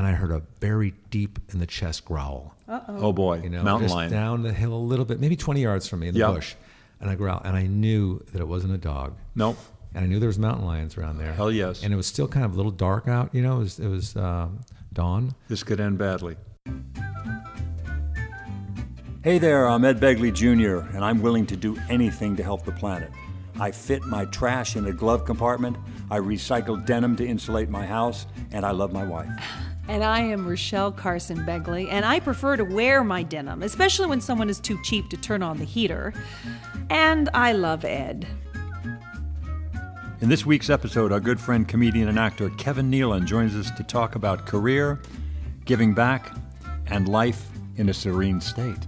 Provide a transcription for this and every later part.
heard a very deep in the chest growl. Oh boy, You know, mountain just lion. down the hill a little bit, maybe 20 yards from me in the Yeah. bush. And I growl, and I knew that it wasn't a dog. Nope. And I knew there was mountain lions around there. Hell yes. And it was still kind of a little dark out, you know, it was, it was um, dawn. This could end badly. Hey there, I'm Ed Begley Jr., and I'm willing to do anything to help the planet. I fit my trash in a glove compartment, I recycle denim to insulate my house, and I love my wife. And I am Rochelle Carson Begley, and I prefer to wear my denim, especially when someone is too cheap to turn on the heater. And I love Ed. In this week's episode, our good friend, comedian, and actor Kevin Nealon joins us to talk about career, giving back, and life in a serene state.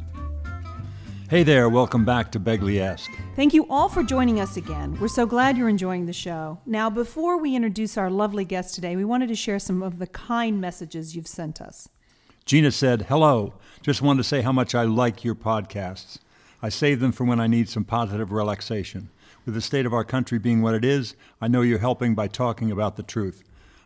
Hey there, welcome back to Begley Ask. Thank you all for joining us again. We're so glad you're enjoying the show. Now, before we introduce our lovely guest today, we wanted to share some of the kind messages you've sent us. Gina said, Hello, just wanted to say how much I like your podcasts. I save them for when I need some positive relaxation. With the state of our country being what it is, I know you're helping by talking about the truth.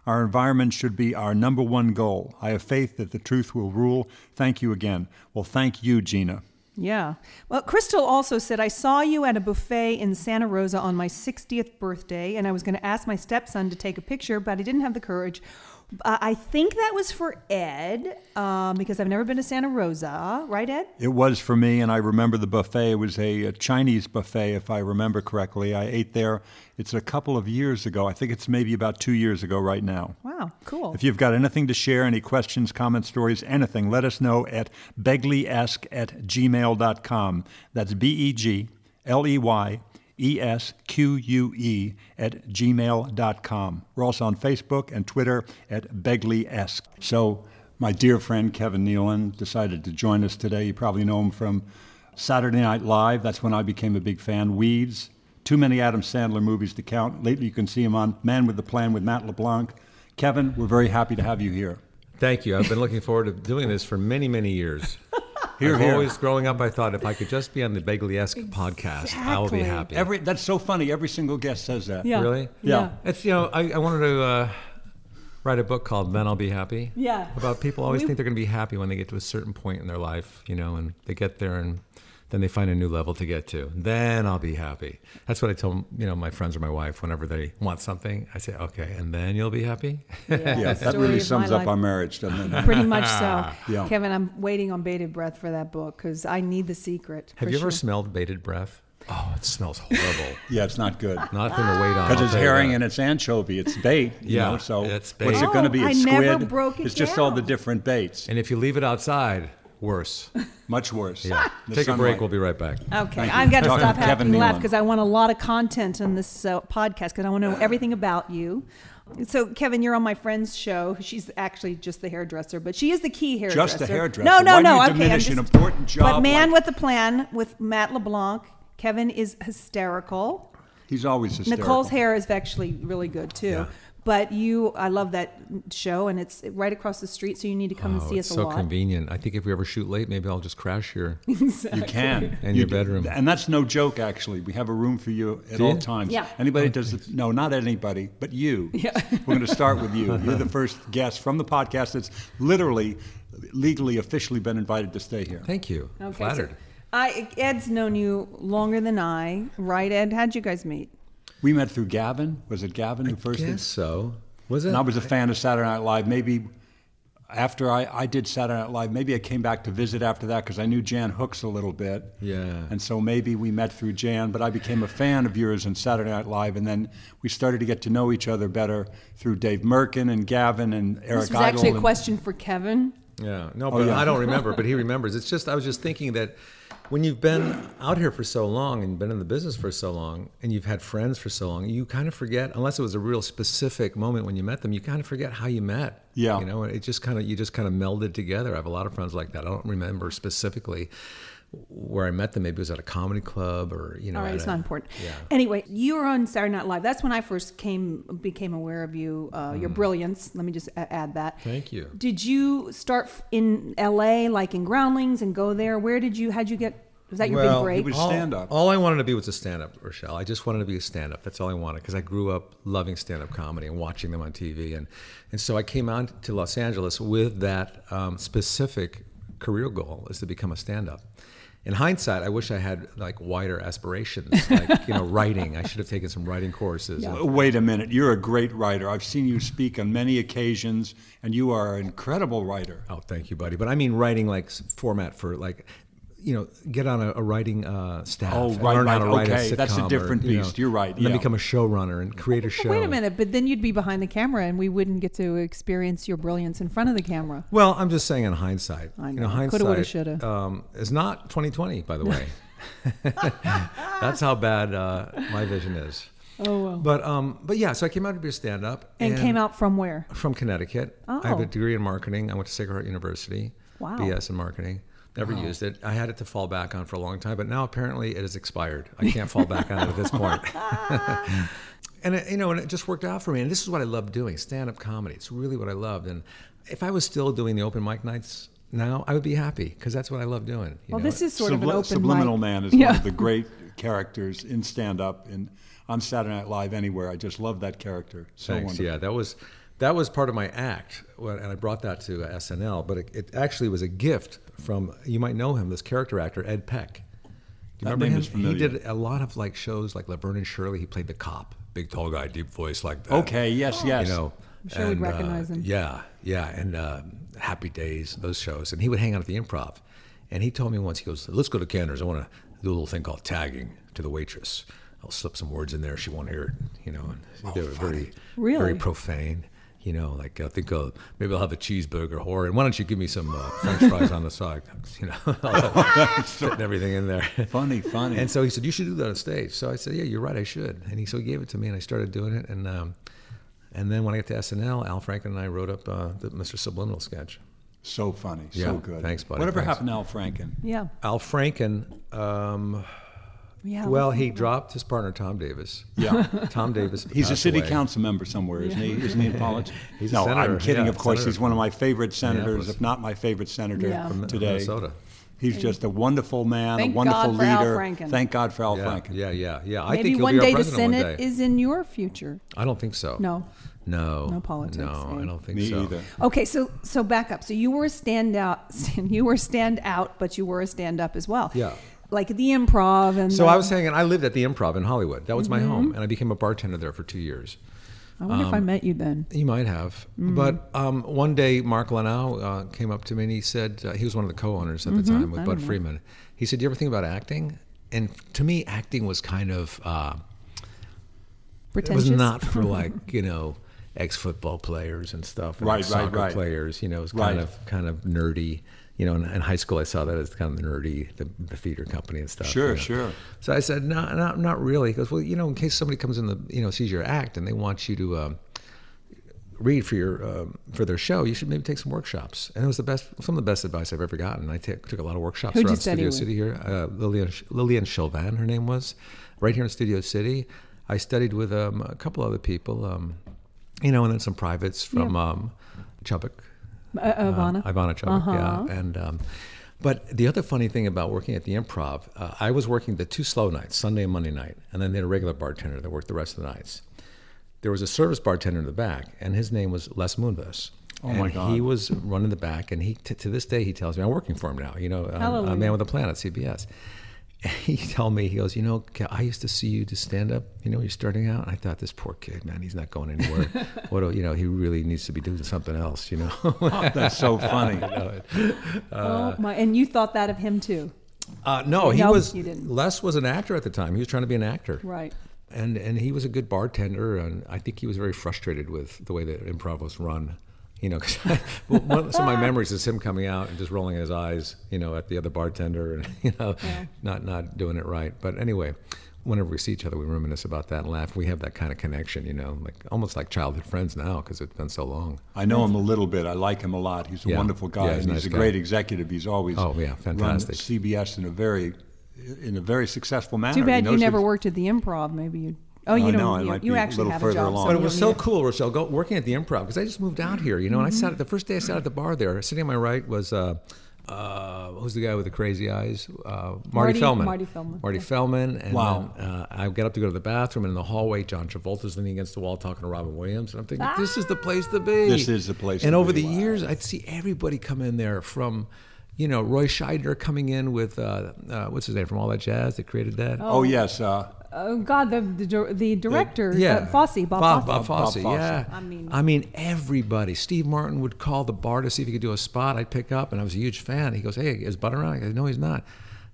Our environment should be our number one goal. I have faith that the truth will rule. Thank you again. Well, thank you, Gina. Yeah. Well, Crystal also said, I saw you at a buffet in Santa Rosa on my 60th birthday, and I was going to ask my stepson to take a picture, but I didn't have the courage. Uh, I think that was for Ed, um, because I've never been to Santa Rosa. Right, Ed? It was for me, and I remember the buffet. It was a, a Chinese buffet, if I remember correctly. I ate there. It's a couple of years ago. I think it's maybe about two years ago right now. Wow, cool. If you've got anything to share, any questions, comments, stories, anything, let us know at begleyesk at gmail.com. That's B E G L E Y E S Q U E at gmail.com. We're also on Facebook and Twitter at begleyesk. So, my dear friend Kevin Nealon decided to join us today. You probably know him from Saturday Night Live. That's when I became a big fan. Weeds. Too many Adam Sandler movies to count. Lately, you can see him on Man with the Plan with Matt LeBlanc. Kevin, we're very happy to have you here. Thank you. I've been looking forward to doing this for many, many years. Here, I've here. always growing up, I thought if I could just be on the Begley-esque podcast, I will Exactly. be happy. Every that's so funny. Every single guest says that. Yeah. Really? Yeah. It's you know I, I wanted to uh, write a book called "Then I'll Be Happy." Yeah. About people always We- think they're going to be happy when they get to a certain point in their life, you know, and they get there and then they find a new level to get to. Then I'll be happy. That's what I tell you know my friends or my wife whenever they want something. I say, okay, and then you'll be happy. Yeah, Yeah, that really sums up our our marriage, doesn't it? Pretty much so. Yeah. Kevin, I'm waiting on bated breath for that book because I need the secret. Have for you ever sure. smelled bated breath? Oh, it smells horrible. Ah. yeah, it's not good Not thing to wait on. because I'll it's tell you herring that. and it's anchovy. It's bait. You Yeah, know, so it's bait. what's it going to be? Oh, It's I squid. never broke it it's just all down. the different baits. And if you leave it outside, worse. Much worse. Yeah. The Take a break. sunlight. We'll be right back. Okay, Thank you. I've got to Talking stop to Kevin having to laugh Nealon. because I want a lot of content in this uh, podcast because I want to know everything about you. So, Kevin, you're on my friend's show. She's actually just the hairdresser, but she is the key Just hairdresser. the hairdresser. No, no, Why do no. you okay, I'm diminish just- an important But job man like- with a plan with Matt LeBlanc. Kevin is hysterical. He's always hysterical. Nicole's hair is actually really good too. Yeah. But you, I love that show, and it's right across the street, so you need to come and Oh, see it's us a so lot. convenient. I think if we ever shoot late, maybe I'll just crash here. You can. And You your do. bedroom. And that's no joke, actually. We have a room for you at Do all you? times. Yeah. Anybody does the, no, not anybody, but you. Yeah. We're going to start with you. You're the first guest from the podcast that's literally, legally, officially been invited to stay here. Thank you. I'm Okay, so Flattered. I, Ed's known you longer than I, right? Ed, how'd you guys meet? We met through Gavin. Was it Gavin who first? did- guess so. Was it? And I was a fan of Saturday Night Live. Maybe after I, I did Saturday Night Live, maybe I came back to visit after that because I knew Jan Hooks a little bit. Yeah. And so maybe we met through Jan, but I became a fan of yours in Saturday Night Live. And then we started to get to know each other better through Dave Merkin and Gavin and Eric This was actually Idle a and- question for Kevin. yeah. No, but I don't remember. But he remembers. It's just I was just thinking that when you've been out here for so long and been in the business for so long and you've had friends for so long, you kind of forget unless it was a real specific moment when you met them. You kind of forget how you met. Yeah. You know, and it just kind of you just kind of melded together. I have a lot of friends like that. I don't remember specifically where I met them. Maybe it was at a comedy club or you know. All right, at it's a- not important. Anyway, you were on Saturday Night Live. That's when I first came became aware of you, uh, your brilliance. Let me just a- add that. Mm. Thank you. Did you start f- in L.A. like in Groundlings and go there? Where did you? How'd you get Was that your Well, Oh, big break? it was all, stand-up. All I wanted to be was a stand up, Rochelle. I just wanted to be a stand up. That's all I wanted because I grew up loving stand up comedy and watching them on TV. And, and so I came out to Los Angeles with that um, specific career goal is to become a stand up. In hindsight, I wish I had like wider aspirations, like you know, writing. I should have taken some writing courses. and- Wait a minute. You're a great writer. I've seen you speak on many occasions, and you are an incredible writer. Oh, thank you, buddy. But I mean writing like s- format for like, you know, get on a, a writing uh, staff. Oh, and right, learn how right. to write Okay, a that's a sitcom or, different you know, beast. You're right, And then yeah. become a showrunner and create a show. Oh, Wait a minute, but then you'd be behind the camera, and we wouldn't get to experience your brilliance in front of the camera. Well, I'm just saying in hindsight. I You know. know, hindsight Coulda, woulda, shoulda. Um, is not 2020, by the way. That's how bad uh, my vision is. Oh, well. But um, but yeah, so I came out to be a stand-up And, came out from where? from Connecticut. I have Oh. a degree in marketing. I went to Sacred Heart University. Wow. BS in marketing. Never used it. I had it to fall back on for a long time, but now apparently it has expired. I can't fall back on it at this point. and it, you know, and it just worked out for me. And this is what I love doing: stand-up comedy. It's really what I loved. And if I was still doing the open mic nights now, I would be happy because that's what I love doing. you Well, know? this is sort of an Subli- open Subliminal mic. Man is one of the great characters in stand up and on Saturday Night Live anywhere. I just love that character. So Thanks. wonderful. Yeah, that was that was part of my act, when- and I brought that to uh, SNL. But it, it actually was a gift from you might know him, this character actor Ed Peck. Do you That remember name him? is He familiar. did a lot of like shows like Laverne and Shirley. He played the cop, big tall guy, deep voice like that. Okay, Oh. yes, You yes. know, I'm sure we'd and, uh, recognize him. Yeah, yeah, and uh, Happy Days, those shows, and he would hang out at the Improv. And he told me once, he goes, "Let's go to Cantor's. I want to do a little thing called tagging to the waitress. I'll slip some words in there. She won't hear it, you know." And Oh, they were very, Really? very profane. You know, like I think uh, maybe I'll have a cheeseburger, whore, and why don't you give me some uh, French fries on the side? You know, fitting everything in there. Funny, funny. And so he said, "You should do that on stage." So I said, "Yeah, you're right. I should." And he so he gave it to me, and I started doing it. And um, and then when I got to SNL, Al Franken and I wrote up uh, the Mr. Subliminal sketch. so funny. Yeah, So good. thanks, buddy, Whatever thanks. happened to Al Franken? Yeah. Al Franken, um, Yeah. well, he dropped his partner Tom Davis. Yeah. Tom Davis. He's a passed city away. council member somewhere, isn't he? Isn't he in politics? He's a no, I'm senator, kidding. yeah, of course, senator he's one of my favorite senators, Minneapolis. if not my favorite senator Yeah. From today. Minnesota. He's just a wonderful man, Thank a wonderful God for Al leader. Franken. Thank God for Al Yeah, Franken. yeah, yeah, yeah. I Maybe think he'll one be day our the president Senate one day. is in your future. I don't think so. No. No. No politics, No, eh? I don't think Me so. either. Okay, so so back up. So you were a standout. stand- You were a standout, but you were a stand up as well. Yeah. Like the improv and. So the- I was hanging. I lived at the Improv in Hollywood. That was my Mm-hmm. home, and I became a bartender there for two years. I wonder Um, if I met you then. You might have. But um, one day, Mark Lanau uh, came up to me and he said, uh, he was one of the co owners at the time with Bud Freeman. He said, Do you ever think about acting? And to me, acting was kind of, uh, it Pretentious. was not for like, you know, ex football players and stuff, and Right, ex- right, soccer right. players. You know, it was kind Right. of kind of nerdy. You know, in, in high school, I saw that as kind of the nerdy, the, the theater company and stuff. Sure, you know. sure. So I said, no, not, not really. He goes, well, you know, in case somebody comes in the, you know, sees your act and they want you to, um, read for your um, for their show, you should maybe take some workshops. And it was the best, some of the best advice I've ever gotten. I took took a lot of workshops Who'd you around study Studio with? City here. Uh, Lillian Lillian Chauvin, her name was, right here in Studio City. I studied with um, a couple other people, um, you know, and then some privates from um, Chubbuck, Uh, uh, Ivana. Uh-huh. uh, Ivana Chubbuck, yeah. And um, but the other funny thing about working at the Improv, uh, I was working the two slow nights, Sunday and Monday night, and then they had a regular bartender that worked the rest of the nights. There was a service bartender in the back, and his name was Les Moonves. Oh my God. He was running the back, and he t- to this day he tells me I'm working for him now. You know, on, Hallelujah. on Man with a Planet, CBS. And he told me he goes, you know, Cal, I used to see you do stand up. You know, when you're starting out. And I thought this poor kid, man, he's not going anywhere. what do you know? He really needs to be doing something else. You know. That's so funny. oh my! And you thought that of him too, Uh, no, he No, was. you didn't. Les was an actor at the time. He was trying to be an actor, right? and and he was a good bartender, and I think he was very frustrated with the way that improv was run. You know, 'cause I- well, one of some of my memories is him coming out and just rolling his eyes, you know, at the other bartender, and you know, not not doing it right. But anyway, whenever we see each other, we reminisce about that and laugh. We have that kind of connection, you know, like almost like childhood friends now because it's been so long. I know him a little bit. I like him a lot. He's a Yeah. wonderful guy, Yeah, he's and a he's a nice guy. great executive. He's always Oh, yeah, fantastic. run CBS in a very in a very successful manner. Too He bad you knows never his- worked at the Improv. Maybe you. Oh, you I don't. know, I you, might you be a actually little have further a job. along. so But you it was don't so need cool, Rochelle, go, Mm-hmm. working at the improv because I just moved out here, you know, and I sat at the first day I sat at the bar there. Sitting on my right was uh, uh, who's the guy with the crazy eyes? Uh, Marty, Marty- Feldman. Marty Feldman, Marty yeah. Feldman. And Wow. then, uh, I get up to go to the bathroom, and in the hallway, John Travolta's leaning against the wall talking to Robin Williams, and I'm thinking, this is the Ah. place to be. This is the place And to over be. the Wow. years, I'd see everybody come in there from. You know, Roy Scheider coming in with uh, uh, what's his name from All That Jazz that created that. Oh, yes. Uh, Oh God, the the, dir- the director, Yeah, uh, Fosse, Bob, Bob, Bob Fosse. Bob Fosse, Fosse. Yeah, I mean- I mean, everybody. Steve Martin would call the bar to see if he could do a spot. I'd pick up, and I was a huge fan. He goes, "Hey, is Bud around?" I go, "No, he's not."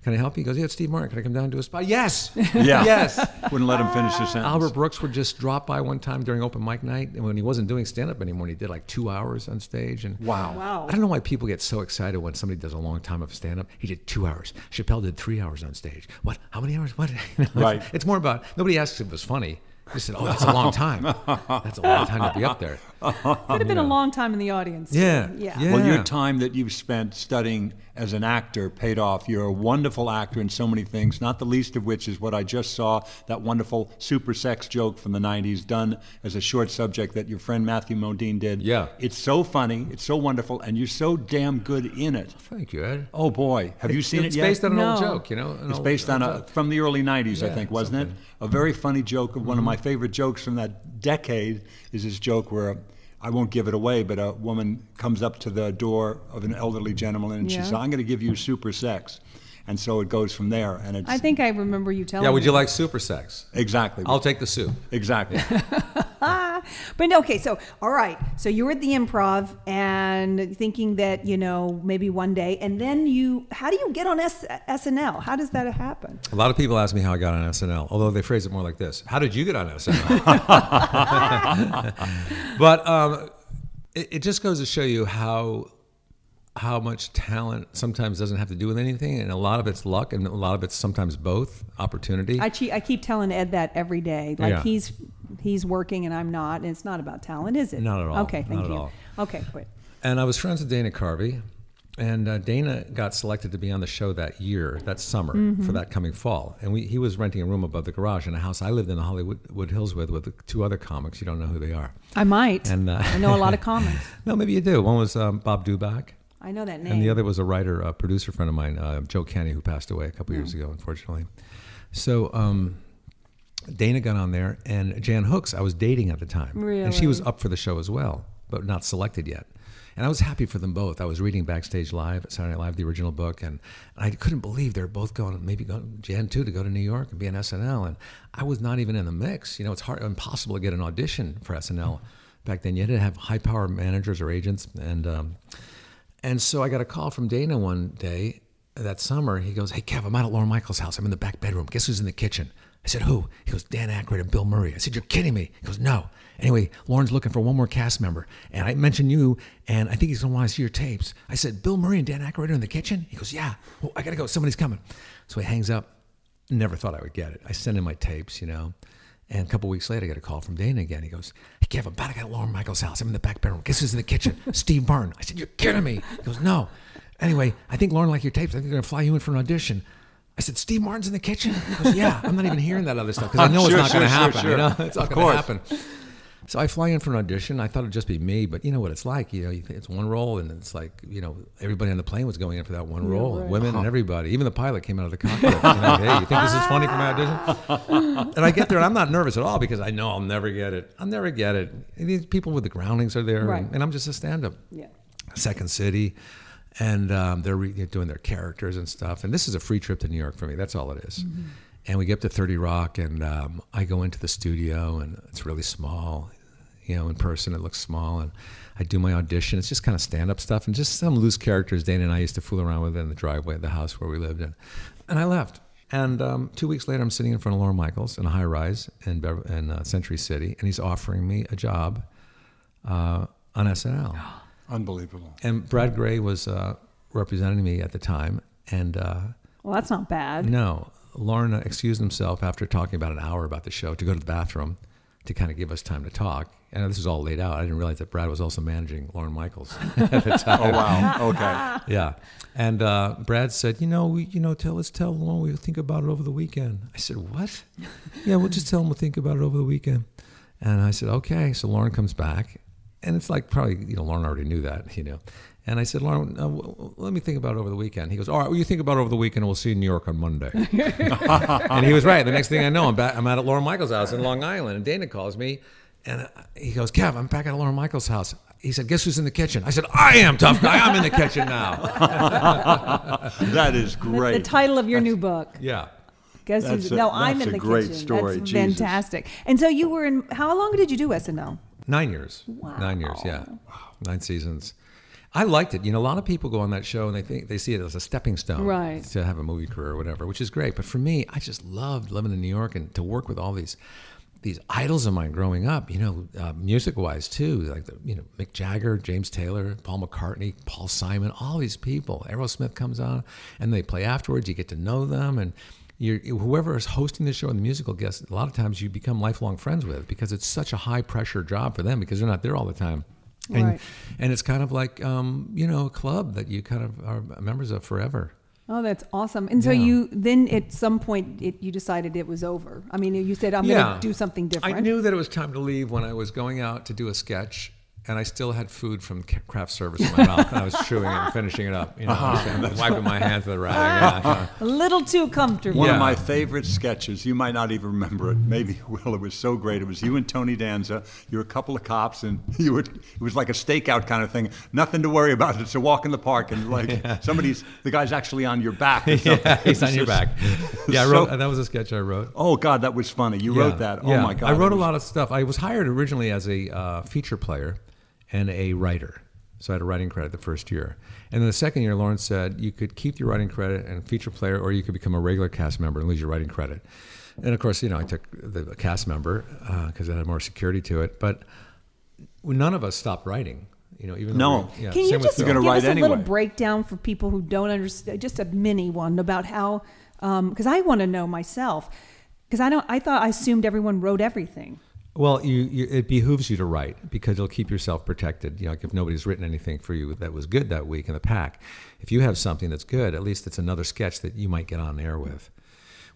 Can I help you? He goes, "Yeah, it's Steve Martin. Can I come down and do a spot?" Yes, yeah. yes. Wouldn't let him finish the sentence. Albert Brooks would just drop by one time during open mic night, and when he wasn't doing stand up anymore, and he did like two hours on stage. And Wow. Wow. I don't know why people get so excited when somebody does a long time of stand up. He did two hours. Chappelle did three hours on stage. What? How many hours? What? You know, it's- Right. It's, more about nobody asks if it was funny. They said, "Oh, that's a long time. That's a long time to be up there." Could have been a long time in the audience. too. Yeah. yeah. Well, Yeah. your time that you've spent studying as an actor paid off. You're a wonderful actor in so many things, not the least of which is what I just saw that wonderful super sex joke from the 90s done as a short subject that your friend Matthew Modine did. Yeah. It's so funny, it's so wonderful, and you're so damn good in it. Thank you, Ed. Oh boy, have you seen it's it yet? Oh, based on an old No. joke, you know. an It's old- based on old a joke. from the early '90s, I Yeah, think, wasn't something. it? A very funny joke of one of my favorite jokes from that decade is this joke where I won't give it away, but a woman comes up to the door of an elderly gentleman and she Yeah. says, "I'm going to give you super sex," and so it goes from there. And it's I think I remember you telling. Yeah. Would me you like super sex? exactly, I'll take the soup. exactly. But no, okay, so all right, so you were at the improv and thinking that you know maybe one day, and then you, how do you get on S- SNL? How does that happen? A lot of people ask me how I got on SNL, although they phrase it more like this: "How did you get on SNL?" but um, it, it just goes to show you how how much talent sometimes doesn't have to do with anything, and a lot of it's luck, and a lot of it's sometimes both opportunity. I, che- I keep telling Ed that every day, like Yeah. he's he's working and I'm not, and it's not about talent, is it? Not at all. Okay, thank Not at you. all. Okay, great. and I was friends with Dana Carvey, and uh, Dana got selected to be on the show that year, that summer, for that coming fall. And we, he was renting a room above the garage in a house I lived in the Hollywood Wood Hills with, with two other comics. You don't know who they are. I might. And, uh, I know a lot of comments. No, maybe you do. One was um, Bob Dubak. I know that name. And the other was a writer, a producer friend of mine, uh, Joe Kenny, who passed away a couple Hmm. years ago, unfortunately. So um, Dana got on there, and Jan Hooks, I was dating at the time. And she was up for the show as well, but not selected yet. And I was happy for them both. I was reading Backstage Live, Saturday Night Live, the original book, and I couldn't believe they're both going, maybe going, Jan too, to go to New York and be on SNL. And I was not even in the mix. You know, it's hard, impossible to get an audition for SNL back then. You had to have high power managers or agents. And, um, and so I got a call from Dana one day that summer. He goes, Hey, Kev, I'm out at Lauren Michaels' house. I'm in the back bedroom. Guess who's in the kitchen? I said, Who? He goes, Dan Aykroyd and Bill Murray. I said, You're kidding me. He goes, No. Anyway, Lauren's looking for one more cast member. And I mentioned you, and I think he's going to want to see your tapes. I said, Bill Murray and Dan Aykroyd are in the kitchen? He goes, Yeah. Well, I got to go. Somebody's coming. So he hangs up. Never thought I would get it. I sent in my tapes, you know. And a couple weeks later, I got a call from Dana again. He goes, Hey, Kev, I'm about to get Lauren Michaels' house. I'm in the back bedroom. Guess who's in the kitchen? Steve Martin. I said, You're kidding me. He goes, No. Anyway, I think Lauren liked your tapes. I think they're going to fly you in for an audition. I said, Steve Martin's in the kitchen? He goes, Yeah, I'm not even hearing that other stuff because I know Sure, it's not sure, going to sure, happen. sure. You know, it's not going Of to course. happen. So I fly in for an audition. I thought it'd just be me, but you know what it's like. You know, you think it's one role, and it's like you know everybody on the plane was going in for that one role, and women and everybody. Even the pilot came out of the cockpit. you know, hey, you think this is funny for my audition? and I get there, and I'm not nervous at all because I know I'll never get it. I'll never get it. And these people with the groundings are there, Right. and, and I'm just a stand-up. Yeah. Second City, and um, they're re- they're doing their characters and stuff. And this is a free trip to New York for me. That's all it is. And we get up to Thirty Rock, and um, I go into the studio, and it's really small. You know, in person it looks small, and I do my audition. It's just kind of stand up stuff and just some loose characters Dana and I used to fool around with in the driveway of the house where we lived in. And I left. And um, two weeks later, I'm sitting in front of Lauren Michaels in a high rise in, Bever- in uh, Century City, and he's offering me a job uh, on SNL Unbelievable. and Brad Gray was uh, representing me at the time, and uh, Well, that's not bad. no, Lauren excused himself after talking about an hour about the show to go to the bathroom to kind of give us time to talk. And this was all laid out. I didn't realize that Brad was also managing Lauren Michaels at the time. Oh wow. Okay. Yeah, and uh, Brad said, "You know, we, you know, tell us, tell Lauren we'll think about it over the weekend." I said, "What?" yeah, we'll just tell him we'll think about it over the weekend. And I said, "Okay." So Lauren comes back, and it's like probably you know Lauren already knew that, you know, And I said, Lauren, uh, w- w- let me think about it over the weekend. He goes, all right, well, you think about it over the weekend. We'll see you in New York on Monday. and he was right. The next thing I know, I'm back. I'm out at Lauren Michaels' house in Long Island, and Dana calls me, and uh, he goes, Kev, I'm back at Lauren Michaels' house. He said, guess who's in the kitchen? I said, I am, tough guy. I'm in the kitchen now. That is The great. title of your new book. Yeah. Guess That's who's- a- no, I'm that's in a the great kitchen. story, That's Jesus. fantastic. And so you were in. How long did you do SNL? Nine years. Nine years, yeah. Nine seasons. I liked it. You know, a lot of people go on that show and they think they see it as a stepping stone Right. to have a movie career or whatever, which is great. But for me, I just loved living in New York and to work with all these these idols of mine growing up, you know, uh, music wise too, like the, you know, Mick Jagger, James Taylor, Paul McCartney, Paul Simon, all these people. Aerosmith comes on and they play afterwards. You get to know them and you're, whoever is hosting the show and the musical guest, a lot of times you become lifelong friends with because it's such a high pressure job for them because they're not there all the time. And, Right. and it's kind of like, um, you know, a club that you kind of are members of forever. Oh, that's awesome. And so Yeah. you then at some point it, you decided it was over. I mean, you said I'm going to do something different. I knew that it was time to leave when I was going out to do a sketch, and I still had food from ca- craft service in my mouth, and I was chewing it and finishing it up, you know, and wiping my hands with a rag. yeah. a little too comfortable. One Yeah. of my favorite sketches. You might not even remember it. Maybe you will. It was so great. It was you and Tony Danza. You were a couple of cops, and you were. It was like a stakeout kind of thing. Nothing to worry about. It's a walk in the park, and like somebody's. The guy's actually on your back. Or something. He's on your It's back. just- Yeah, I wrote, so- that was a sketch I wrote. oh God, that was funny. You wrote that. Oh yeah. my God. I wrote that a was- lot of stuff. I was hired originally as a uh, feature player and a writer. So I had a writing credit the first year. And then the second year, Lawrence said, you could keep your writing credit and feature player, or you could become a regular cast member and lose your writing credit. And of course, you know, I took the cast member because it had more security to it. But none of us stopped writing, you know, even though. No. we- yeah, Can you same with just Phil. give gonna us write a little anyway. breakdown for people who don't understand? Just a mini one about how, because I want to know myself. Because I don't, I thought I assumed everyone wrote everything. Well, you, you, it behooves you to write because you'll keep yourself protected. You know, like if nobody's written anything for you that was good that week in the pack, if you have something that's good, at least it's another sketch that you might get on air with.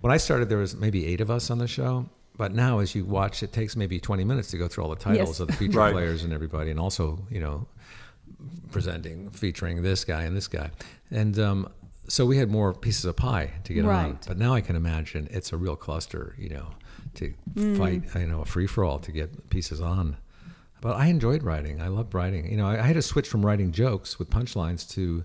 When I started, there was maybe eight of us on the show, but now as you watch, it takes maybe 20 minutes to go through all the titles Yes. of the feature Right. players and everybody, and also, you know, presenting, featuring this guy and this guy. And um, so we had more pieces of pie to get on. Right. But now I can imagine it's a real cluster, you know, to fight, you know, a free for all to get pieces on. But I enjoyed writing. I loved writing. You know, I, I had to switch from writing jokes with punchlines to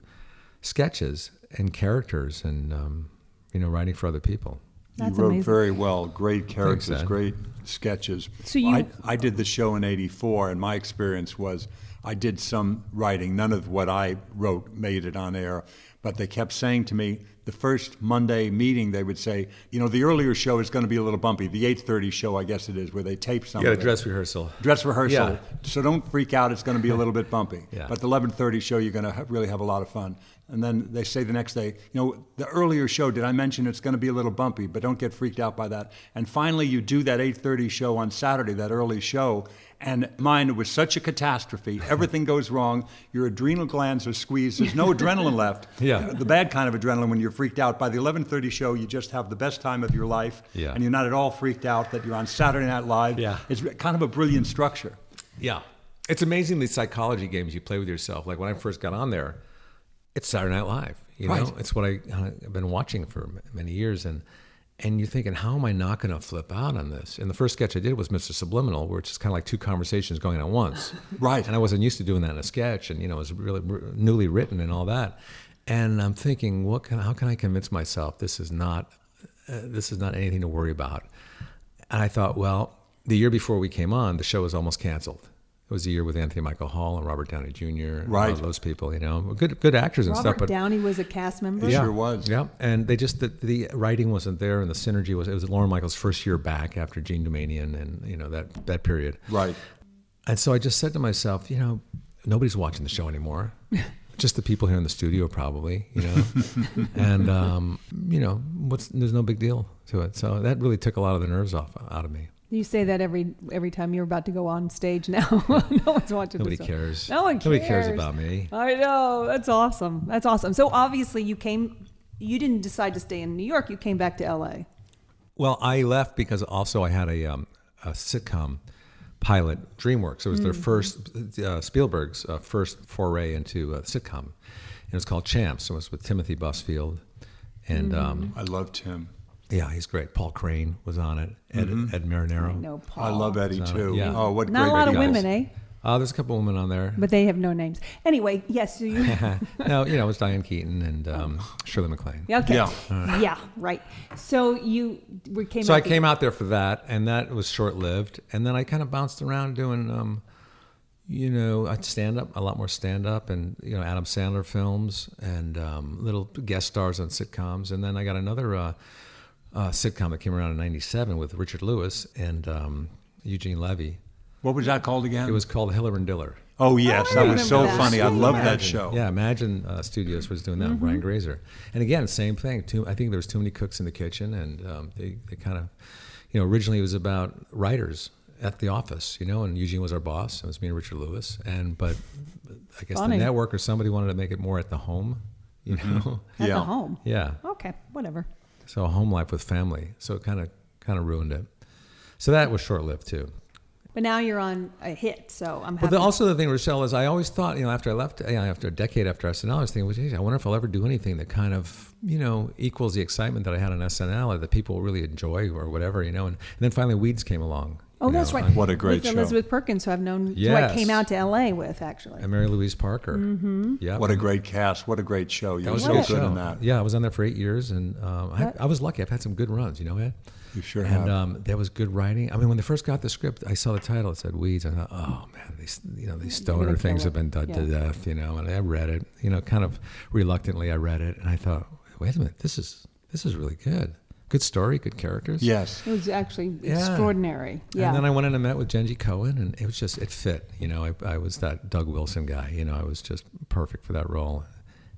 sketches and characters and, um, you know, writing for other people. That's you wrote amazing. very well. Great characters, Ed. great sketches. So you- I, I did the show in '84, and my experience was I did some writing. None of what I wrote made it on air, but they kept saying to me the first Monday meeting they would say, you know, the earlier show is going to be a little bumpy. The 8:30 show, I guess it is, where they tape You something. got a dress rehearsal. Dress rehearsal. Yeah. So don't freak out. It's going to be a little bit bumpy. Yeah. But the 11:30 show, you're going to ha- really have a lot of fun. And then they say the next day, you know, the earlier show, did I mention it's going to be a little bumpy? But don't get freaked out by that. And finally, you do that 8:30 show on Saturday, that early show. And mine was such a catastrophe. Everything goes wrong. Your adrenal glands are squeezed. There's no adrenaline left. Yeah. The bad kind of adrenaline when you're freaked out. By the 11:30 show, you just have the best time of your life. Yeah. And you're not at all freaked out that you're on Saturday Night Live. Yeah. It's kind of a brilliant structure. Yeah. It's amazing the psychology games you play with yourself. Like when I first got on there, it's Saturday Night Live. You know, Right. it's what I, uh, I've been watching for m- many years. And, and you're thinking, how am I not going to flip out on this? And the first sketch I did was Mr. Subliminal, which is kind of like two conversations going on at once. Right. And I wasn't used to doing that in a sketch. And, you know, it was really r- newly written and all that. And I'm thinking, what can, how can I convince myself this is not, uh, this is not anything to worry about? And I thought, well, the year before we came on, the show was almost canceled. It was the year with Anthony Michael Hall and Robert Downey Jr. and all Right. those people, you know, good good actors and Robert stuff. But Downey was a cast member. Yeah. sure was. yeah, and they just the, the writing wasn't there, and the synergy was. It was Lauren Michaels' first year back after Gene Domanian, and you know that that period. Right. And so I just said to myself, you know, nobody's watching the show anymore. Just the people here in the studio, probably, you know. and um, you know, what's there's no big deal to it. So that really took a lot of the nerves off out of me. You say that every every time you're about to go on stage. Now no one's watching. Nobody this. cares. No one cares. Nobody cares about me. I know. That's awesome. That's awesome. So obviously you came. You didn't decide to stay in New York. You came back to L.A. Well, I left because also I had a um, a sitcom pilot DreamWorks. It was Hmm. their first uh, Spielberg's uh, first foray into a sitcom, and it was called Champs. It was with Timothy Busfield, and Hmm. um, I loved him. yeah, he's great. Paul Crane was on it. Ed, Ed Marinero. No, Paul. I love Eddie too. yeah. Oh, what Not great a lot of guys. women, eh? Uh, there's a couple women on there. But they have no names. Anyway, yes, so you. no, you know, it was Diane Keaton and um, Shirley MacLaine. Oh. Yeah, Okay. Yeah. Yeah, right. So you were came. So out I the- came out there for that, and that was short lived. And then I kind of bounced around doing, um, you know, I stand up a lot more stand up, and you know, Adam Sandler films, and um, little guest stars on sitcoms. And then I got another uh, uh, sitcom that came around in '97 with Richard Lewis and um, Eugene Levy. What was that called again? It was called Hiller and Diller. Oh yes, I that was remember so that. funny. I Absolutely. love that show. Yeah, imagine uh, Studios was doing that. with Mm-hmm. Brian Grazer, and again, same thing. Too, I think there was too many cooks in the kitchen, and um, they, they kind of, you know, originally it was about writers at the office, you know, and Eugene was our boss. and It was me and Richard Lewis, and but I guess Funny. the network or somebody wanted to make it more at the home, you Mm-hmm. know. at Yeah. the home. yeah, Okay, whatever. so home life with family. So it kind of kind of ruined it. So that was short lived too. But now you're on a hit, so I'm But happy. the, also the thing, Rochelle, is I always thought, you know, after I left, you know, after a decade after SNL, I was thinking, well, geez, I wonder if I'll ever do anything that kind of, you know, equals the excitement that I had on SNL or that people really enjoy or whatever, you know. And, and then finally, Weeds came along. oh, you that's know, right. What a great with show. Elizabeth Perkins, who I've known, who I Yes. came out to L.A. with, actually. And Mary Louise Parker. Mm-hmm. Yeah. What a great cast. What a great show. You that were was so a good good show. in that. Yeah, I was on there for eight years, and um, I, That- I was lucky. I've had some good runs, you know, Ed. You sure have. And um, there was good writing. I mean, when they first got the script, I saw the title. It said "Weeds." I thought, "Oh man, these you know these gonna stoner kill things it." have been done to Yeah. death." You know, and I read it. You know, kind of reluctantly, I read it, and I thought, "Wait a minute, this is this is really good. Good story, good characters." Yes. It was actually Yeah. extraordinary. Yeah. And then I went in and met with Genji Cohen, and it was just it fit. You know, I, I was that Doug Wilson guy. You know, I was just perfect for that role.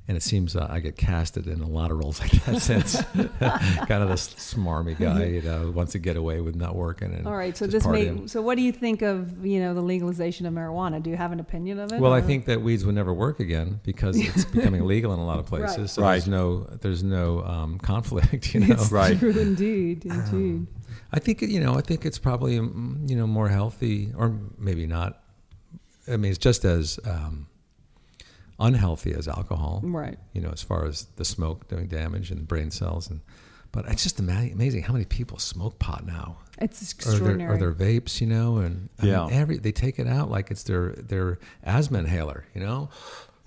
And it seems uh, I get casted in a lot of roles like that since kind of this smarmy guy, you know, wants to get away with not working. And All right. So just this partying. may. So what do you think of you know the legalization of marijuana? Do you have an opinion of it? Well, I or- think that weeds would never work again because it's becoming legal in a lot of places. Right. So Right. there's no there's no um, conflict. You know, it's Right. true indeed. Um, Indeed. I think you know I think it's probably mm, you know more healthy or maybe not. I mean, it's just as um, unhealthy as alcohol. Right. You know, as far as the smoke doing damage and brain cells and. But it's just ama- amazing how many people smoke pot now It's or their, extraordinary. or their vapes, you know, and I mean, Yeah. every they take it out like it's their their asthma inhaler, you know.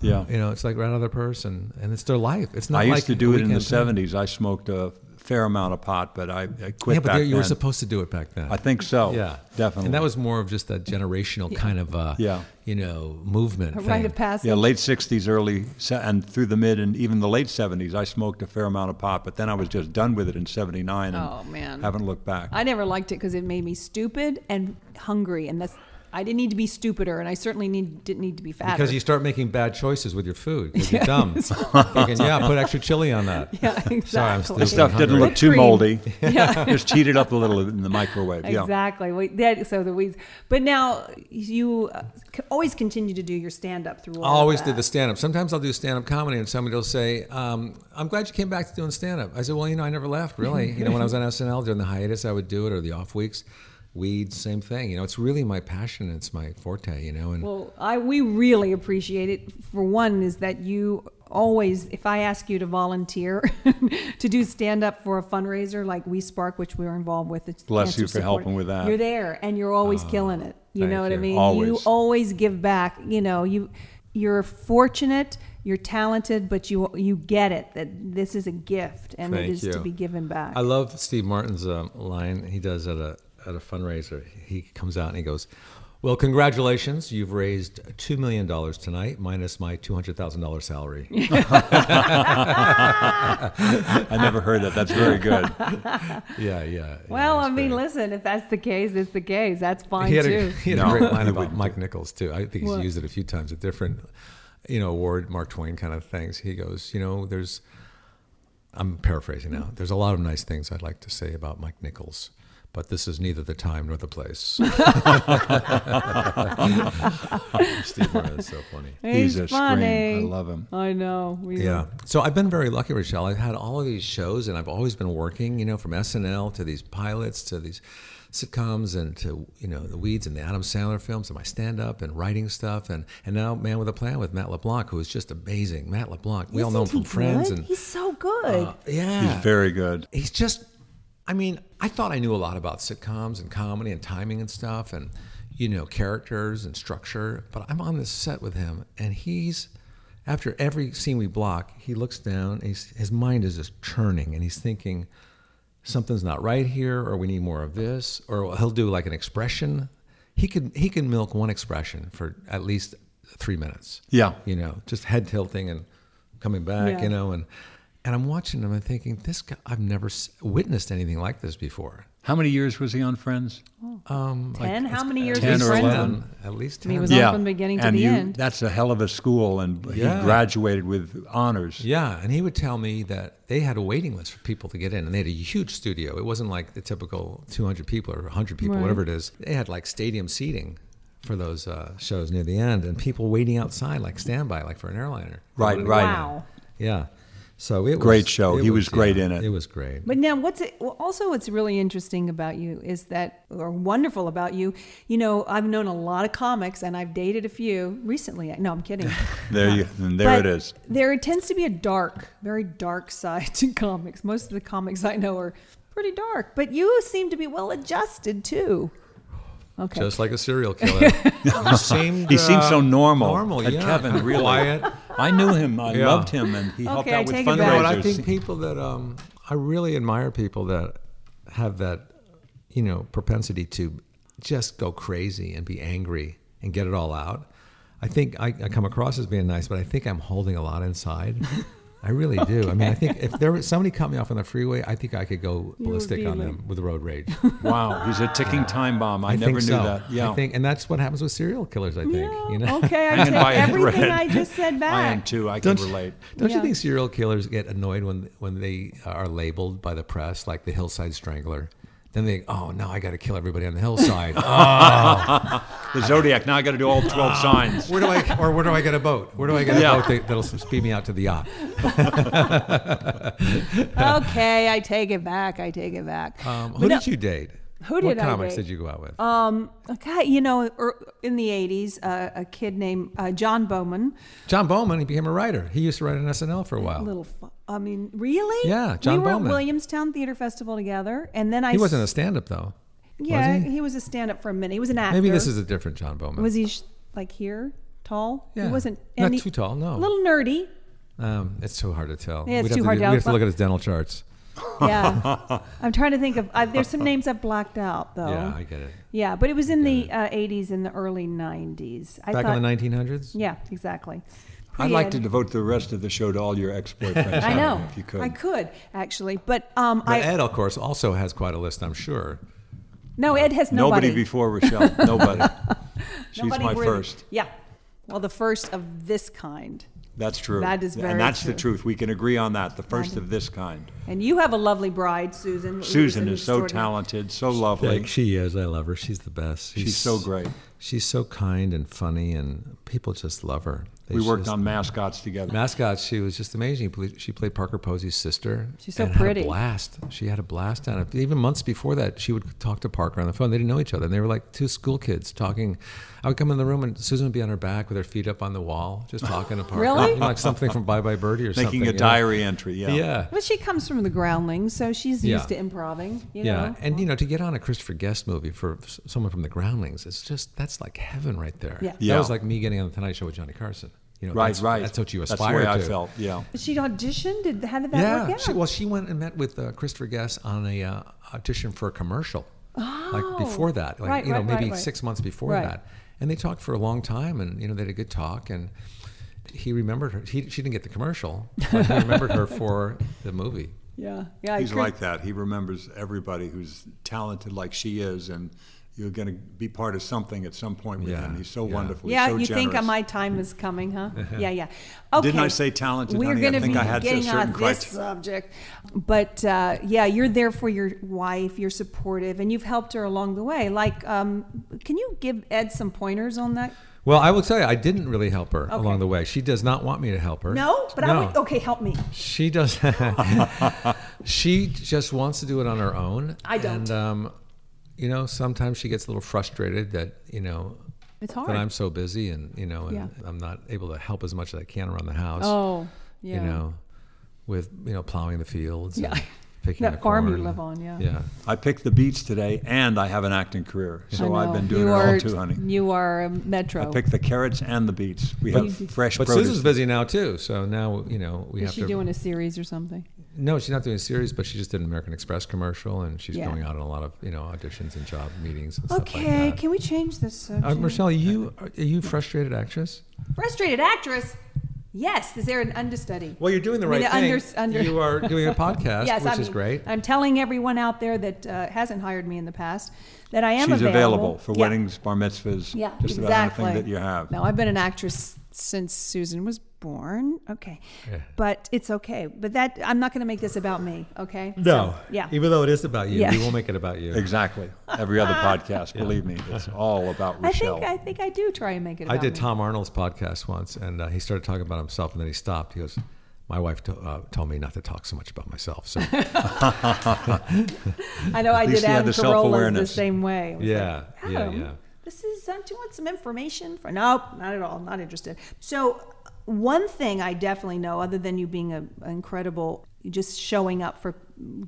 Yeah. you know, it's like right out of their purse, and, and it's their life. It's not. I used like to do a it in the weekend thing. '70s. I smoked a fair amount of pot, but I, I quit Yeah, but back there- you were then. supposed to do it back then. I think so. Yeah, definitely. And that was more of just a generational kind of, uh, Yeah. you know, movement. a rite thing. of passage. yeah, late '60s, early, se- and through the mid and even the late '70s, I smoked a fair amount of pot. But then I was just done with it in '79, and Oh, man. haven't looked back. I never liked it because it made me stupid and hungry, and that's I didn't need to be stupider, and I certainly need, didn't need to be fatter. Because you start making bad choices with your food. 'cause You're dumb. Thinking, yeah, put extra chili on that. yeah, exactly. Sorry, I'm still- the stuff didn't hungry. look too Whipped cream. moldy. just heat it up a little in the microwave. Yeah. Exactly. We, that, so the weeds. But now you uh, c- always continue to do your stand up through all I always of do that. the stand up. Sometimes I'll do stand up comedy and somebody will say, um, I'm glad you came back to doing stand up. I said, Well, you know, I never left really. You know, when I was on SNL during the hiatus, I would do it or the off weeks. Weeds, same thing. You know, it's really my passion. It's my forte, you know. And Well, I we really appreciate it. For one, is that you always, if I ask you to volunteer to do stand up for a fundraiser like We Spark, which we were involved with, it's Bless you cancer for helping with that. Oh, You're there, and you're always killing it. You thank know what I you. mean? You Always. always give back. You know, you you're fortunate. You're talented, but you you get it that this is a gift and it Thank is to you. be given back. I love Steve Martin's um, line he does at a at a fundraiser. He comes out and he goes, "Well, congratulations, you've raised two million dollars tonight, minus my two hundred thousand dollars salary." I never heard that. That's very good. yeah, yeah. well, yeah, I it's mean, great. listen, if that's the case, it's the case. That's fine He had, a, too. he had No, a great line I about wouldn't Mike Nichols too. I think he's What? used it a few times at different, you know, award Mark Twain kind of things. He goes, you know, there's, I'm paraphrasing now. There's a lot of nice things I'd like to say about Mike Nichols, but this is neither the time nor the place. Steve Martin is so funny. He's He's a scream. I funny. love him. I know. We- Yeah. So I've been very lucky, Rochelle. I've had all of these shows, and I've always been working. You know, from SNL to these pilots to these sitcoms, and to you know the Weeds and the Adam Sandler films, and my stand-up and writing stuff, and and now Man with a Plan with Matt LeBlanc, who is just amazing. Matt LeBlanc, we all know him Isn't from he Friends, good? and Oh, uh, he's so good. yeah, He's very good. he's just i mean i thought i knew a lot about sitcoms and comedy and timing and stuff and you know characters and structure but i'm on this set with him and he's after every scene we block he looks down and he's, his mind is just churning and he's thinking something's not right here or we need more of this or he'll do like an expression he can he can milk one expression for at least three minutes Yeah. you know just head tilting and coming back Yeah. you know and and i'm watching him and thinking this guy i've never s- witnessed anything like this before How many years was he on Friends? Ten? How many years 10 was or Friends 11. on? at least mean, 10. was on from the beginning to and the you, end. That's a hell of a school, and Yeah. he graduated with honors. yeah and he would tell me that they had a waiting list for people to get in and they had a huge studio it wasn't like the typical 200 people or 100 people Right. whatever it is they had like stadium seating for those uh, shows near the end and people waiting outside like standby like for an airliner Right, right. Wow. yeah so it was Great show. it He was great in it. it was great But now, what's it, well, also what's really interesting about you is that, or wonderful about you, you know, I've known a lot of comics and I've dated a few recently. No, I'm kidding. There, you, and there But it is. There tends to be a dark, very dark side to comics. Most of the comics I know are pretty dark, but you seem to be well adjusted too. Okay. Just like a serial killer. he seemed, He seemed so uh, normal. Normal, And yeah. Kevin, really. Quiet. I knew him. I Yeah. loved him, and he helped Okay, I out with take it fundraisers. back. You know what? I think people that um, I really admire people that have that, you know, propensity to just go crazy and be angry and get it all out. I think I, I come across as being nice, but I think I'm holding a lot inside. I really do. I mean, I think if there was somebody cut me off on the freeway, I think I could go ballistic be on like- them with road rage. wow, he's a ticking time bomb. I, I never think knew so. that. Yeah. I think, and that's what happens with serial killers. I think. Yeah, You know. Okay, I And take by a everything thread. I just said back. I am too. I can relate. Don't Yeah. you think serial killers get annoyed when when they are labeled by the press like the hillside strangler? Then they, oh no, I got to kill everybody on the hillside. oh, The Zodiac. Now I got to do all twelve signs. where do I or where do I get a boat? Where do I get a Yeah. boat that, that'll speed me out to the yacht? okay, I take it back. I take it back. Um, But who no- did you date? Who What did I comics date? Um, did you go out with? Okay, you know, er- in the 80s, uh, a kid named uh, John Bowman, John Bowman. He became a writer. He used to write on SNL for a while. little, fu- I mean, really? Yeah, John We were Bowman. at Williamstown Theater Festival together, and then I... he wasn't a s- stand-up though. Yeah, was he? was a stand-up for a minute. He was an actor. Maybe this is a different John Bowman. Was he, sh- like, here? Tall? Yeah. He wasn't... Not and he- too tall, no. little nerdy. um, it's so hard to tell. Yeah, We'd it's too have hard to, to do- We have to outline. look at his dental charts. Yeah. I'm trying to think of... I, there's some names I've blacked out, though. Yeah, I get it. Yeah, but it was in the uh, 80s and the early 90s. I Back thought, in the 1900s. Yeah, exactly. I'd like Pre-ed. to devote the rest of the show to all your exploits. I know. If you could. I could actually, but um, But I Ed, of course, also has quite a list, I'm sure. no. Ed has nobody. Nobody before Rochelle. Nobody. She's Nobody my worthy. first. Yeah. Well, the first of this kind, That's true. That is very And that's the true. truth. We can agree on that. The first of this kind. and you have a lovely bride, Susan. Susan is so extraordinary. talented, so lovely. Like she is. I love her. She's the best. She's so great. She's so kind and funny, and people just love her. They We worked just- on mascots together. mascots. She was just amazing. Ple- She played Parker Posey's sister. She's so and pretty. Had a blast. She had a blast on it. Even months before that, she would talk to Parker on the phone. They didn't know each other, and they were like two school kids talking. I would come in the room, and Susan would be on her back with her feet up on the wall, just talking to Parker, Really? You know, like something from Bye Bye Birdie or something. Making a you know? diary entry. Yeah. Yeah. But she comes from the groundlings, so she's Yeah. used to improving. You yeah, know? and you know, to get on a Christopher Guest movie for s- someone from The Groundlings, it's just that's like heaven right there. Yeah. that Yeah. was like me getting on the Tonight Show with Johnny Carson. You know, Right, that's, right. That's what you That's the aspire way to. I felt. Yeah. But she auditioned. Did how did that Yeah, work out? she, well, she went and met with uh, Christopher Guest on a uh, audition for a commercial, Oh. like before that, like Right, you know, right, maybe right, right. six months before Right. that, and they talked for a long time, and you know, they had a good talk, and he remembered her. He, she didn't get the commercial, but he remembered her for the movie. yeah, yeah. He's Chris- like that. He remembers everybody who's talented like she is and you're going to be part of something at some point with Yeah, him. He's so yeah. wonderful. yeah, He's so you generous. think uh, my time is coming, huh? yeah, yeah. Okay. Didn't I say talented, We're honey? I going to think be I had a getting certain on this criteria. subject, but uh, yeah, you're there for your wife. You're supportive, and you've helped her along the way. Like, um, can you give Ed some pointers on that? Well, I will tell you, I didn't really help her Okay. along the way. She does not want me to help her. No, but I would. oh. Okay, help me. She does. she just wants to do it on her own. I don't. And, um, you know, sometimes she gets a little frustrated that you know It's hard. that I'm so busy and you know and Yeah. I'm not able to help as much as I can around the house. oh, yeah. You know, with you know plowing the fields. Yeah. And picking That the farm you corn. live on, yeah. Yeah. I picked the beats today, and I have an acting career, so I I've been know. doing you it are, all too, honey. You are a I metro. picked the carrots and the beets. We have fresh But produce. Susan's busy now too, so now you know we Is have she to. doing a series or something? no, she's not doing a series, but she just did an American Express commercial, and she's Yeah. going out on a lot of you know auditions and job meetings and stuff Okay, like that. can we change this subject? Uh, Michelle, you are are you a frustrated actress? Frustrated actress. Yes, is there an understudy? Well, you're doing the I mean, right right thing. thing. under- under- You are doing a podcast, yes, which I'm, is great. I'm telling everyone out there that uh, hasn't hired me in the past that I am She's available, available for Yeah. weddings, bar mitzvahs, Yeah, just exactly. about anything that you have. No, I've been an actress since Susan was born. Okay, Yeah. but it's okay. But that I'm not going to make this about me. Okay. no, So, yeah. Even though it is about you, Yeah. we will make it about you. Exactly. Every other podcast, believe me, it's all about I think Rochelle. I think I do try and make it. I About did me. Tom Arnold's podcast once, and uh, he started talking about himself, and then he stopped. He goes, "My wife to uh, told me not to talk so much about myself." So I know I least did he had the Adam Carolla the self-awareness. same way. It was Yeah, like, yeah, Adam, yeah. Oh, This is. Uh, do you want some information? For nope, not at all. I'm not interested. So one thing I definitely know, other than you being a, an incredible, just showing up for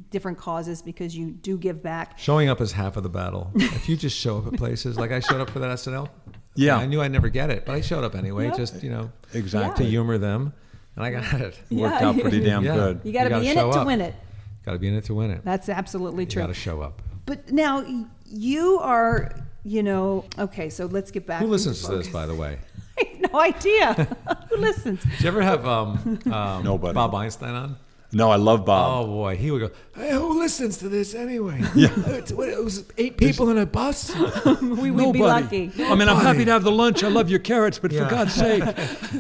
different causes because you do give back. showing up is half of the battle. If you just show up at places, like I showed up for that SNL. Yeah. I knew I'd never get it, but I showed up anyway, Yep. just you know, to exactly. humor them, and I got it. Worked Yeah. out pretty damn Yeah. good. You got You to be gotta in it show to up. win it. Got to be in it to win it. That's absolutely You got true. to show up. But now y- you are, you know, okay. So let's get back. Who into listens to this, focus. by the way? I have no idea. Who listens? Did you ever have um, um, Nobody. Bob Einstein on? No, I love Bob. Oh boy, he would go. Hey, who listens to this anyway? Yeah, it was eight people in a bus. We would be lucky. I mean, I'm happy to have the lunch. I love your carrots, but Yeah. for God's sake,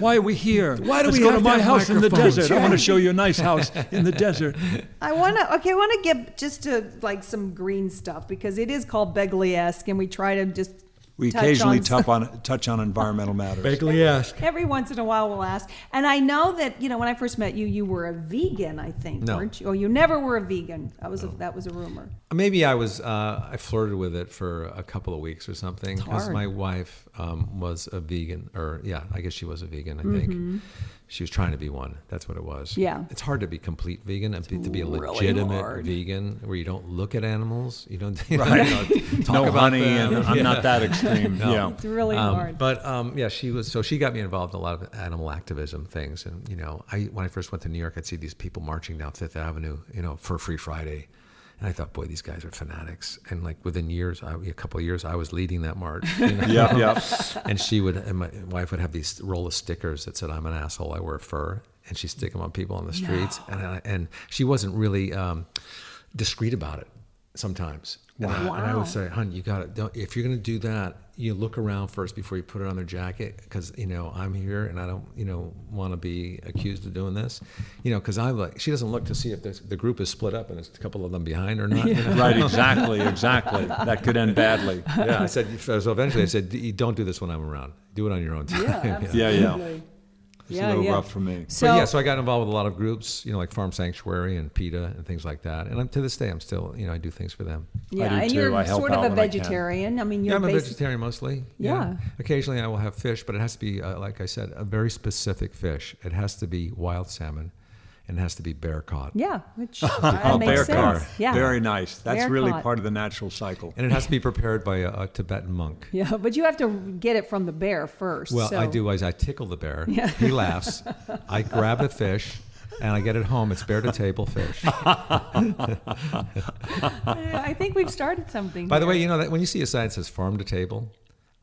why are we here? Why do Let's we go have to to my have house in the microphones? desert? I want to show you a nice house in the desert. I want to okay. I want to get just to like some green stuff because it is called Begley-esque, and we try to just We touch occasionally on touch on touch on environmental matters. Vaguely ask. Every once in a while, we'll ask. And I know that you know when I first met you, you were a vegan. I think, No. weren't you? Oh, you never were a vegan. That was a, that was a rumor. Maybe I was. Uh, I flirted with it for a couple of weeks or something because hard. my wife um, was a vegan, or yeah, I guess she was a vegan. I think she was trying to be one. That's what it was. Mm-hmm. Yeah. it's hard to be complete vegan and be, to be a really legitimate hard. vegan where you don't look at animals. You don't Right. you know, talk no about honey, them. and I'm not that extreme. No. Yeah. It's really Um, hard. But um, yeah, she was. So she got me involved in a lot of animal activism things, and you know, I when I first went to New York, I'd see these people marching down Fifth Avenue, you know, for Free Friday, and I thought, boy, these guys are fanatics. And like within years, I, a couple of years, I was leading that march. You know? Yeah, yeah. And she would, and my wife would have these roll of stickers that said, "I'm an asshole. I wear fur," and she stick them on people on the streets. And I, and she wasn't really um, discreet about it sometimes. And I- and I Wow. would say, "Hun, you got to. If you're going to do that, you look around first before you put it on their jacket, because you know I'm here and I don't, you know, want to be accused of doing this, you know, because I'm like, she doesn't look to see if there's, the group is split up and there's a couple of them behind or not. you know? Right, exactly, exactly. That could end badly. yeah, I said. So eventually, I said, "D- "Don't do this when I'm around. Do it on your own time." Yeah, yeah. absolutely. It's Yeah, a little yeah. rough for me. So, But yeah, so I got involved with a lot of groups, you know, like Farm Sanctuary and PETA and things like that. And I'm, to this day, I'm still, you know, I do things for them. yeah, do and too. you're I help sort out of a when I can. vegetarian. I, mean, Yeah, you're I'm a basic- vegetarian mostly. Yeah. Occasionally, I will have fish, but it has to be, uh, like I said, a very specific fish. It has to be wild salmon, and it has to be bear caught, Yeah, which that Oh, makes bear sense. car. Yeah. Very nice. That's Bear really caught. part of the natural cycle. and it has to be prepared by a, a Tibetan monk. Yeah, but you have to get it from the bear first. Well, I so- do is I tickle the bear. He laughs. I grab the fish, and I get it home. It's bear to table fish. I think we've started something. By the here. way, you know that when you see a sign that says farm to table,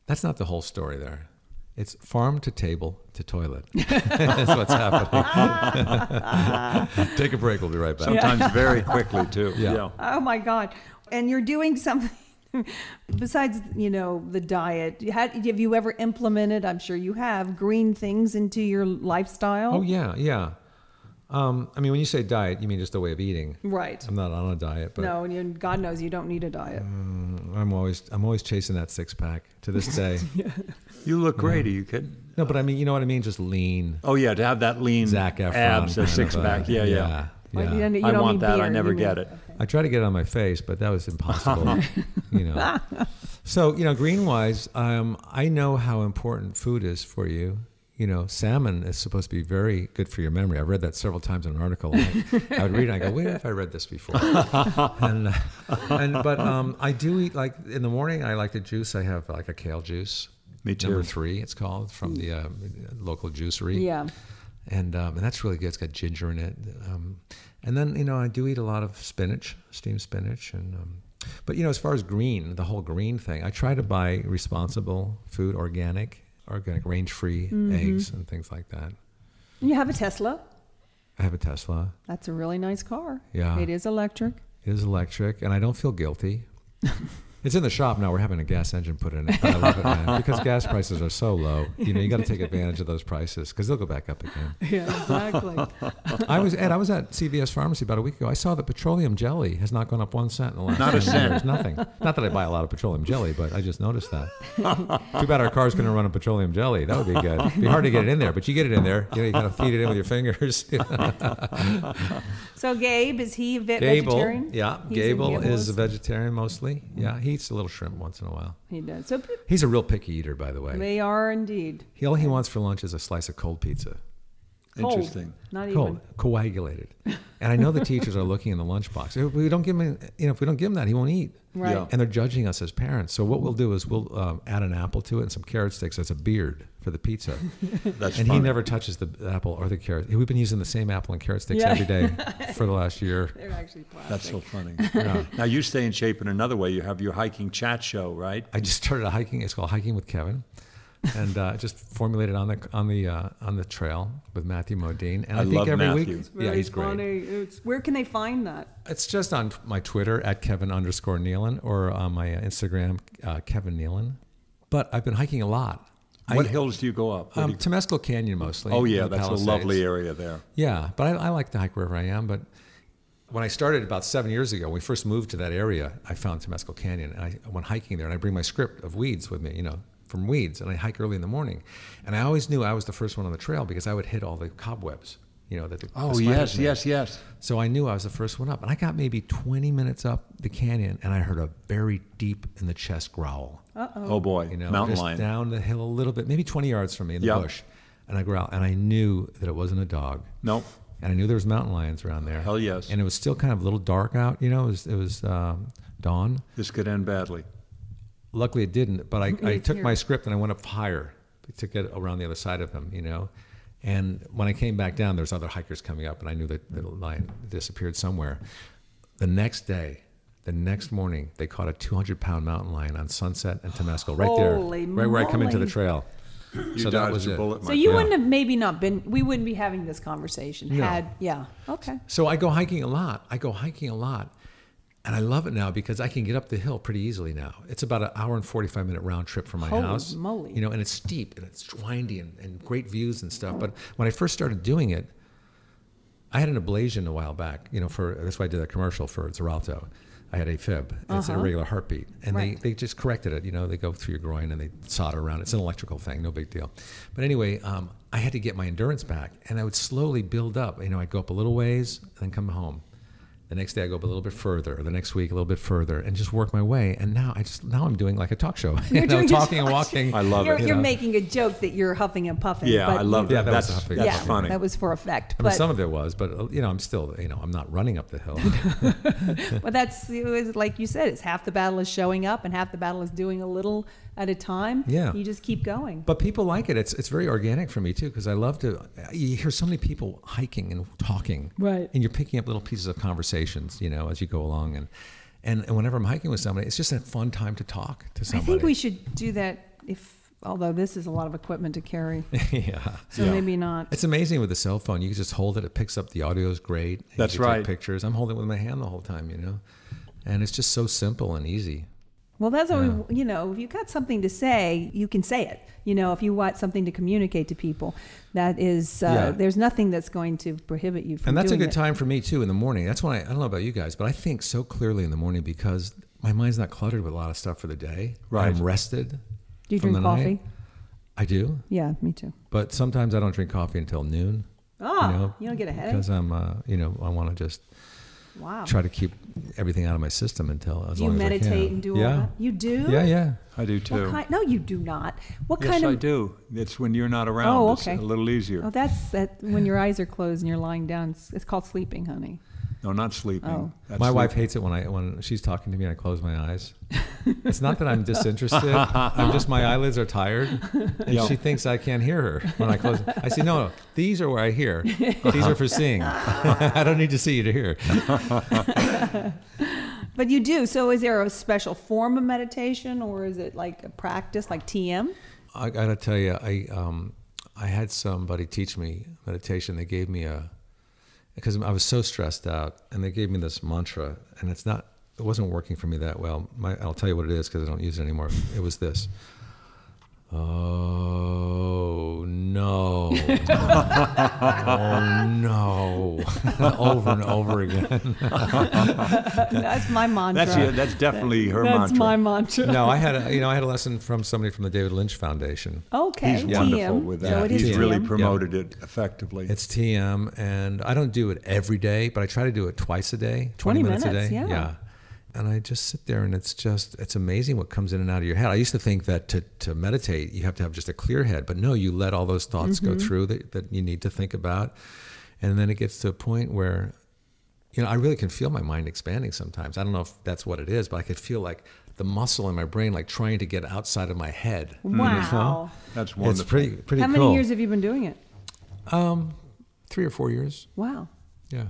that's not the whole story there. It's farm to table to toilet. that's what's happening. Take a break. We'll be right back. Sometimes very quickly, too. Yeah. oh my God, and you're doing something besides you know the diet had, have you ever implemented i'm sure you have green things into your lifestyle Oh yeah, yeah. Um, I mean, when you say diet, you mean just a way of eating. right I'm not on a diet, but Mm, no and you, god knows you don't need a diet I'm always I'm always chasing that six pack to this day. You look great. Are you kidding? No, but I mean, you know what I mean? Just lean, Oh yeah, to have that lean Zac Efron abs, kind of, a six pack. uh, Yeah, yeah. Like, yeah. you don't- you I don't want need that. I beer, never you get need- it. I tried to get it on my face, but that was impossible. you know. So you know, green wise, um, I know how important food is for you. You know, salmon is supposed to be very good for your memory. I read that several times in an article. I, I would read it and I go, wait, if I read this before. and, uh, and but um, I do eat like in the morning. I like to juice. I have like a kale juice. Me too. Number three, it's called from the uh, local juicery yeah and um, and that's really good. It's got ginger in it. Um, and then you know I do eat a lot of spinach, steamed spinach, and um, but you know as far as green, the whole green thing, I try to buy responsible food, organic, organic, range free eggs and things like that. you have a tesla I have a Tesla. that's a really nice car Yeah. it is electric It is electric, and I don't feel guilty. It's in the shop now. We're having a gas engine put in it. but I love it, man, because gas prices are so low. You know, you got to take advantage of those prices because they'll go back up again. yeah exactly I was Ed. I was at CVS Pharmacy about a week ago. I saw that petroleum jelly has not gone up one cent in the last Not a 10 cent. years. Nothing. Not that I buy a lot of petroleum jelly, but I just noticed that. Too bad our car's going to run on petroleum jelly. That would be good. It'd be hard to get it in there, but you get it in there. You, know, you got to feed it in with your fingers. so gabe is he a ve- Gable, vegetarian yeah, He's a Gable is a Gables? vegetarian mostly. Yeah, he eats a little shrimp once in a while. he does so He's a real picky eater, by the way. they are indeed He, all he wants for lunch is a slice of cold pizza. Cold. Interesting. not cold, even coagulated. And I know the teachers are looking in the lunchbox. If we don't give him, you know, if we don't give him that, he won't eat. right Yeah. And they're judging us as parents. So what we'll do is we'll um, add an apple to it and some carrot sticks as a beard for the pizza. That's and he funny. never touches the apple or the carrot. We've been using the same apple and carrot sticks Yeah. every day for the last year. they're actually plastic That's so funny. Now you stay in shape in another way. You have your hiking chat show, right? I just started a hiking. It's called Hiking with Kevin, and uh, just formulated on the on the uh, on the trail with Matthew Modine. And I, I think love every Matthew. week, It's yeah, Very he's great. funny. It's- where can they find that? It's just on t- my Twitter at Kevin underscore Nealon or on my uh, Instagram, uh, Kevin Nealon. But I've been hiking a lot. What I, hills do you go up? Where um, do you- Temescal Canyon mostly. oh yeah, in the that's a Palisades. lovely area there. Yeah, but I, I like to hike wherever I am. But when I started about seven years ago, when we first moved to that area, I found Temescal Canyon, and I I went hiking there. And I bring my script of weeds with me, you know, from weeds, and I hike early in the morning. And I always knew I was the first one on the trail because I would hit all the cobwebs, you know, that the the Oh spiders yes, made. yes, yes. So I knew I was the first one up, and I got maybe 20 minutes up the canyon, and I heard a very deep in the chest growl. Oh boy, You know, mountain just lion. down the hill a little bit, maybe 20 yards from me in the Yeah. bush, and I growl, and I knew that it wasn't a dog, No, and I knew there was mountain lions around there. Hell yes. And it was still kind of a little dark out. You know, it was it was um, dawn. this could end badly. Luckily, it didn't. But I, I took here. my script and I went up higher to get around the other side of him. You know. And when I came back down, there's other hikers coming up, and I knew that the lion disappeared somewhere. The next day, the next morning, they caught a 200 pound mountain lion on Sunset and Temescal, right there, Holy right where I come into the moly. trail. You So that dodged was a it. bullet. So my you Yeah. wouldn't have maybe not been. We wouldn't be having this conversation No. had. Yeah. Okay. So I go hiking a lot. I go hiking a lot. And I love it now because I can get up the hill pretty easily now. It's about an hour and 45 minute round trip from my Holy house. moly. You know, and it's steep and it's windy and, and great views and stuff. But when I first started doing it, I had an ablation a while back, you know, for that's why I did that commercial for Xarelto. I had AFib, and it's an irregular heartbeat. And Uh-huh. Right. they, they just corrected it, you know, they go through your groin and they solder around. It's an electrical thing, no big deal. But anyway, um, I had to get my endurance back, and I would slowly build up. You know, I'd go up a little ways and then come home. The next day I go up a little bit further, or the next week a little bit further, and just work my way. And now I just now I'm doing like a talk show, you You're know, doing a talking and talk walking. show. I love you're, it. you You're know. making a joke that you're huffing and puffing. Yeah, but I love you- Yeah, that. that was that's a big- that's yeah, funny. That was for effect. I But mean, some of it was, but uh, you know, I'm still, you know, I'm not running up the hill. but that's it was like you said. It's half the battle is showing up, and half the battle is doing a little at a time. Yeah. You just keep going. But people like it. It's it's very organic for me too because I love to. You hear so many people hiking and talking, Right. And you're picking up little pieces of conversations, you know, as you go along. And and, and whenever I'm hiking with somebody, it's just a fun time to talk to I somebody. think we should do that. If although this is a lot of equipment to carry, yeah. so Yeah. maybe not. It's amazing with the cell phone. You can just hold it; it picks up the audio is great. and you That's can take right. pictures. I'm holding it with my hand the whole time, you know, and it's just so simple and easy. Well, that's what we, you know, if you've got something to say, you can say it. You know, if you want something to communicate to people, that is, uh, Yeah. there's nothing that's going to prohibit you from and that's a doing good it. time for me too in the morning. That's why I, don't know about you guys, but I think so clearly in the morning because my mind's not cluttered with a lot of stuff for the day. Right. I'm rested. Do you from drink the coffee? night. I do, Yeah, me too. but sometimes I don't drink coffee until noon Oh, you, know, don't get a headache? because I'm, uh, you know, I want to just Wow. try to keep everything out of my system until as Oh. do you long as I meditate can. and do yeah. all that? You do? Yeah, yeah. I do too. What kind, no, you do not. What yes, kind of? I do. It's when you're not around. Oh, It's okay. a little easier. Oh, that's that when your eyes are closed and you're lying down. It's, it's called sleeping, honey. No, not sleeping. Oh. That's my sleep- wife hates it when I when she's talking to me and I close my eyes. it's not that I'm disinterested. I'm just my eyelids are tired, and Yeah. she thinks I can't hear her when I close. I say no, no. These are where I hear. These are for seeing. I don't need to see you to hear. But you do. So is there a special form of meditation or is it like a practice, like TM? I gotta tell you, I um, I had somebody teach me meditation. They gave me a because I was so stressed out, and they gave me this mantra, and it's not it wasn't working for me that well. My, I'll tell you what it is because I don't use it anymore. It was this. Oh no! oh no! over and over again. That's my mantra. That's yeah, that's definitely her That's mantra. my mantra. No, I had a you know I had a lesson from somebody from the David Lynch Foundation. Okay. He's TM. wonderful with So that. it Yeah, is He's TM. really TM. promoted it effectively. It's TM, and I don't do it every day, but I try to do it twice a day, 20 20, minutes, minutes, a day. yeah. And I just sit there, and it's just, it's amazing what comes in and out of your head. I used to think that to, to meditate, you have to have just a clear head, but no, you let all those thoughts Mm-hmm. go through that, that you need to think about. And then it gets to a point where, you know, I really can feel my mind expanding sometimes. I don't know if that's what it is, but I could feel like the muscle in my brain, like trying to get outside of my head. Wow. that's wonderful. It's pretty, pretty How cool. many years have you been doing it? Three or four years. Wow. Yeah.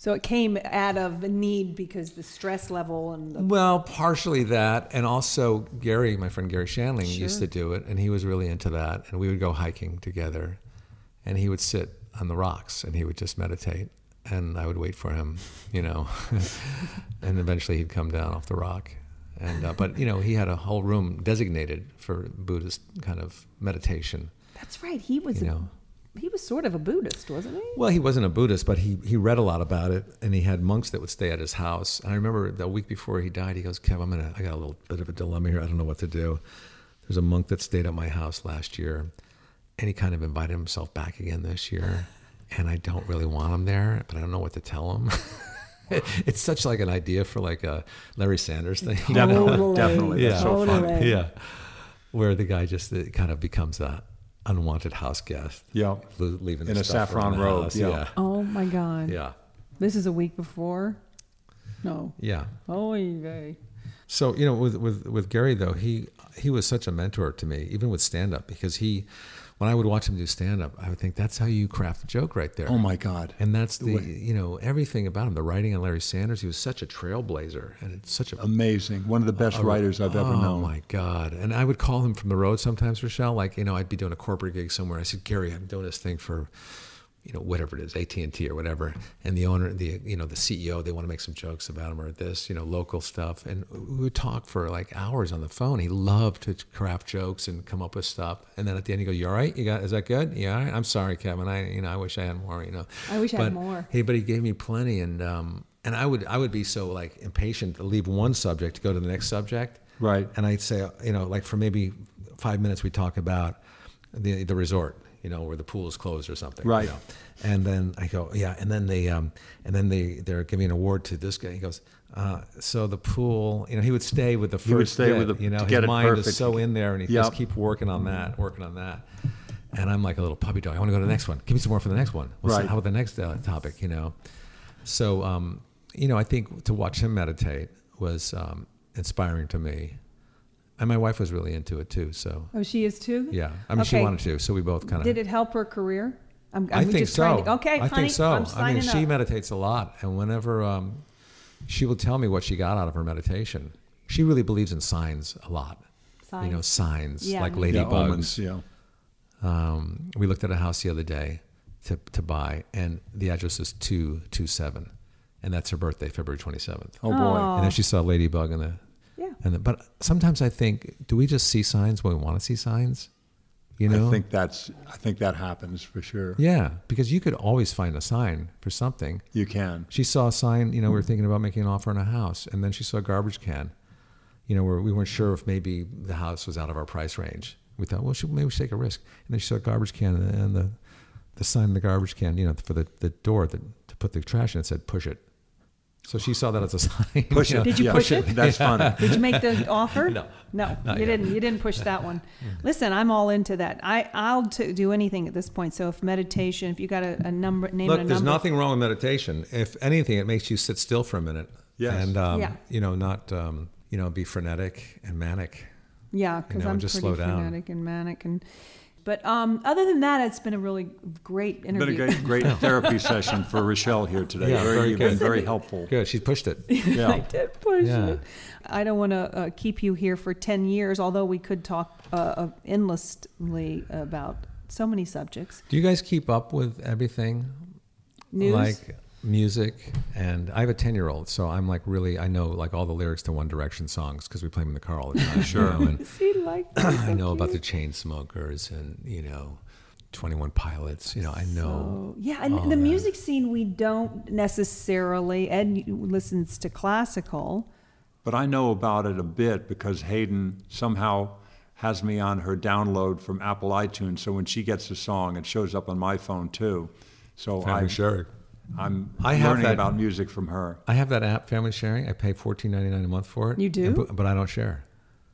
So it came out of a need because the stress level and the. Well, partially that, and also Gary, my friend Gary Shanling, used to do it, and he was really into that. And we would go hiking together, and he would sit on the rocks and he would just meditate, and I would wait for him, you know, and eventually he'd come down off the rock. And uh, but you know, he had a whole room designated for Buddhist kind of meditation. That's right. He was. You a, know. He was sort of a Buddhist, wasn't he? Well, he wasn't a Buddhist, but he, he read a lot about it, and he had monks that would stay at his house. And I remember the week before he died, he goes, "Kev, I'm gonna, I got a little bit of a dilemma here. I don't know what to do." There's a monk that stayed at my house last year, and he kind of invited himself back again this year, and I don't really want him there, but I don't know what to tell him. it's such like an idea for like a Larry Sanders thing. you know? Definitely, Totally. definitely. That's so fun. Totally. yeah. Where the guy just uh, kind of becomes a unwanted house guest. Yeah. Lo- Leaving In their a stuff around saffron the robe, house. yeah. yeah. Oh my God. Yeah. This is a week before. No. Yeah. Oh, yeah. So, you know, with, with, with Gary though, he, he was such a mentor to me, even with stand up, because he, when I would watch him do stand up, I would think that's how you craft a joke right there. Oh my God. And that's the, you know, everything about him, the writing on Larry Sanders, he was such a trailblazer and it's such a, Amazing. One of the best writers I've ever oh known. my God. And I would call him from the road sometimes, Rochelle, like, you know, I'd be doing a corporate gig somewhere. I said, Gary, I'm doing this thing for, you know, whatever it is, AT&T or whatever. And the owner, the, you know, the CEO, they want to make some jokes about him or this, you know, local stuff. And we would talk for like hours on the phone. He loved to craft jokes and come up with stuff. And then at the end, you go, you all right? You got, is that good? Yeah. All right. I'm sorry, Kevin. I, you know, I wish I had more, you know, I wish I had But more. Hey, but he gave me plenty, and um, and I would I would be so like impatient to leave one subject to go to the next subject. Right. And I'd say, you know, like for maybe five minutes, we talk about the the resort, you know, where the pool is closed or something. you Right. know. And then I go, yeah. And then they um, and then they they're giving an award to this guy. He goes. Uh, so the pool, you know, he would stay with the first. would stay bit, with the- you know, to his get it mind perfect. is so in there, and he Yep. just keep working on that, working on that. And I'm like a little puppy dog. I want to go to the next one. Give me some more for the next one. What's Right. how about the next uh, topic? You know, so um, you know, I think to watch him meditate was um, inspiring to me, and my wife was really into it too. So Oh, she is too. yeah, I mean, she Okay. wanted to, so we both kind of. Did it help her career? I'm, I I'm think just so. trying to- okay, I honey, think so. I'm I mean, signing she up. meditates a lot, and whenever um, she will tell me what she got out of her meditation, she really believes in signs a lot. You know, Signs. signs Yeah. like Yeah, Yeah, ladybugs. omens. Yeah. Oh, Um, we looked at a house the other day to, to buy, and the address is 227. And that's her birthday, February 27th. Oh boy. And then she saw Ladybug in the yeah. And the, but sometimes I think, do we just see signs when we want to see signs? You know, I think that's I think that happens for sure. yeah, because you could always find a sign for something. You can. She saw a sign, you know, we were thinking about making an offer on a house, and then she saw a garbage can. You know, where we weren't sure if maybe the house was out of our price range. We thought, well, should, maybe we should take a risk. And then she saw a garbage can and the, the sign in the garbage can, you know, for the, the door that, to put the trash in, it said, push it. So she saw that as a sign. Push it. know. Did you Yeah, push it? That's funny. Did you make the offer? No. no, Not you yet. Mm. didn't. You didn't push that one. Listen, I'm all into that. I I'll t- do anything at this point. So if meditation, if you got a, a number, name it Look, a there's number. nothing wrong with meditation. If anything, it makes you sit still for a minute. Yes. And, um, Yeah. you know, not, um, you know, be frenetic and manic. Yeah, because know, I'm just pretty slow down. frenetic and manic and. But um, other than that, it's been a really great interview. Been a great, great therapy session for Rochelle here today. Yeah, Very- very you've good. been very helpful. Good. She pushed it. I Yeah. did push Yeah. it. I don't want to uh, keep you here for 10 years, although we could talk uh, uh, endlessly about so many subjects. Do you guys keep up with everything? News? Like music and I have a 10 year old, so I'm like really, I know like all the lyrics to One Direction songs because we play them in the car all the time. sure. and Is he like that? I So know about the cute. chain smokers and, you know, 21 Pilots. You know, I know. So- Oh, yeah, Oh, and the music scene we don't necessarily. Ed listens to classical. But I know about it a bit because Hayden somehow has me on her download from Apple iTunes. So when she gets a song, it shows up on my phone too. So Family I'm, sharing. I'm I have learning that- about music from her. I have that app, Family Sharing. I pay fourteen ninety nine a month for it. You do? But, but I don't share.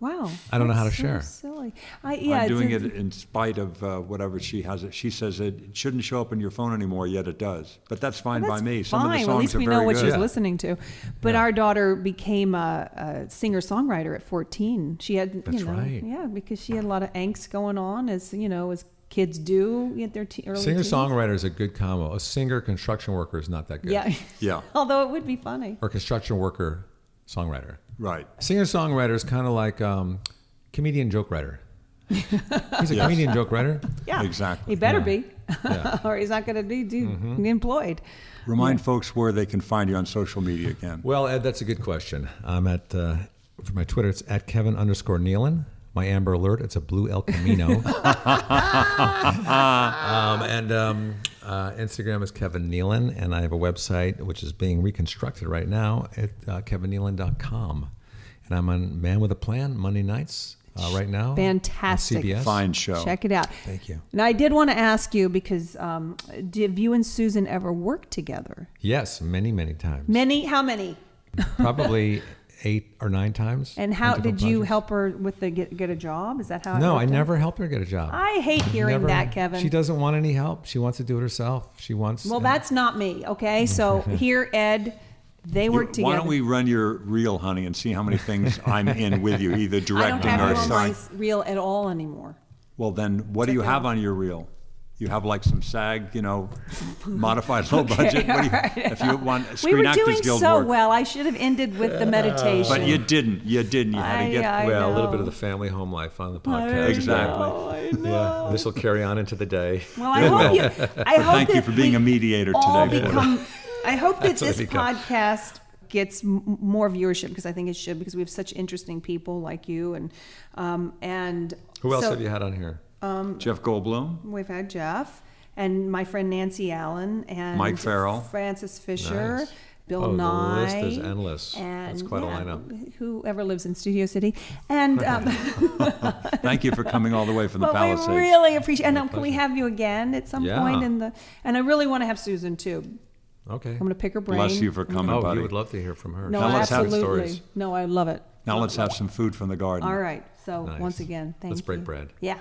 Wow. I don't know that's how to so share. Silly. I, yeah, I'm it's doing a- it in spite of uh, whatever she has. It. She says it, it shouldn't show up on your phone anymore, yet it does. But that's fine Well, by that's me. Some fine. of the Well, songs at least are we very know what good. she's listening to. But our daughter became a, a singer-songwriter at 14. She had, That's you know, right. yeah, because she had a lot of angst going on, as you know, as kids do at their te- early Singer teens. songwriter is a good combo. A singer construction worker is not that good. Yeah. Yeah, Although it would be funny. Or construction worker songwriter. right. Singer songwriter is kind of like um, comedian joke writer. He's a Yes. comedian joke writer. Yeah. Exactly. Mm-hmm. He better Yeah. be, Yeah. or he's not going to be do, employed. Remind folks where they can find you on social media again. Well, Ed, that's a good question. I'm at uh, for my Twitter. It's at Kevin underscore Nealon. My Amber Alert. It's a blue El Camino. um, and um, uh, Instagram is Kevin Nealon, and I have a website which is being reconstructed right now at uh, kevinnealon.com. And I'm on Man with a Plan Monday nights uh, right now. on Fantastic. CBS. Fine show. Check it out. Thank you. Now I did want to ask you because um, did you and Susan ever work together? Yes, many, many times. Many? How many? Probably eight or nine times. And on how different did you projects. help her with the get, get a job? Is that how? it No, worked I out? never helped her get a job. I hate hearing Never. that, Kevin. She doesn't want any help. She wants to do it herself. She wants. Well, that's not me. Okay, so here, Ed, they You- work together. Why don't we run your reel, honey, and see how many things I'm in with you, either I don't directing have or you on my starring? s- reel at all anymore. Well, then, what do you have on your reel? You have like some SAG, you know, modified low budget. What do you, If you want Screen we were Actors doing Guild so work, well. I should have ended with the meditation. but you didn't. You didn't. You had to I- get I Uh, well, a little bit know. of the family home life on the I podcast. Exactly. know, I Yeah, know. this will carry on into the day. Well, I hope you. I hope Thank you that for being we a mediator all today. Flora. become. I hope that That's what I this become. podcast gets m- more viewership because I think it should because we have such interesting people like you and um, and Who else so- have you had on here? Jeff Goldblum. We've had Jeff and my friend Nancy Allen and Mike Farrell. Francis Fisher, Nice. Bill Oh, the Nye. list is endless. And That's quite a yeah, lineup. Whoever lives in Studio City, and um, Thank you for coming all the way from the but Palisades. we really appreciate. And um, can we pleasure. have you again at some Yeah. point in the? And I really want to have Susan too. Okay. I'm going to pick her brain. Bless you for coming, oh, buddy. you would love to hear from her. No, Now let's have absolutely. stories. No, I love it. now let's have some food from the garden. All right. So Nice. once again, thank Let's you. break bread. Yeah.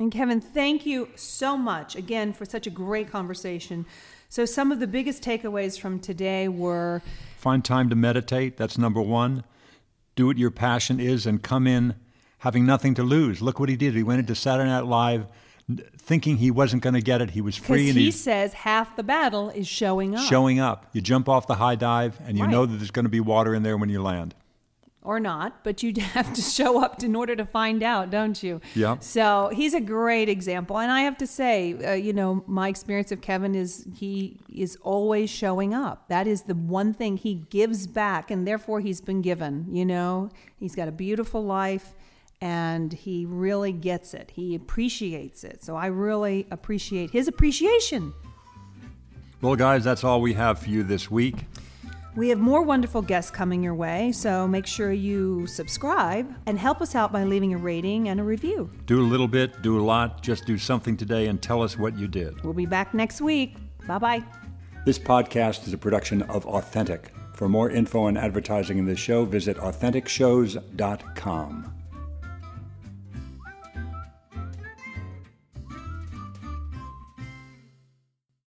And Kevin, thank you so much again for such a great conversation. So some of the biggest takeaways from today were Find time to meditate. That's number one. Do what your passion is and come in having nothing to lose. Look what he did. He went into Saturday Night Live n- thinking he wasn't going to get it. He was because free and he he's says half the battle is showing up. showing up. You jump off the high dive and you know Right. that there's going to be water in there when you land. or not, but you have to show up in order to find out, don't you? Yeah. So he's a great example, and I have to say, uh, you know, my experience of Kevin is he is always showing up. That is the one thing he gives back, and therefore he's been given. You know, he's got a beautiful life, and he really gets it. He appreciates it. So I really appreciate his appreciation. Well, guys, that's all we have for you this week. We have more wonderful guests coming your way, so make sure you subscribe and help us out by leaving a rating and a review. Do a little bit, do a lot, just do something today and tell us what you did. We'll be back next week. Bye bye. This podcast is a production of Authentic. For more info on advertising in this show, visit AuthenticShows.com.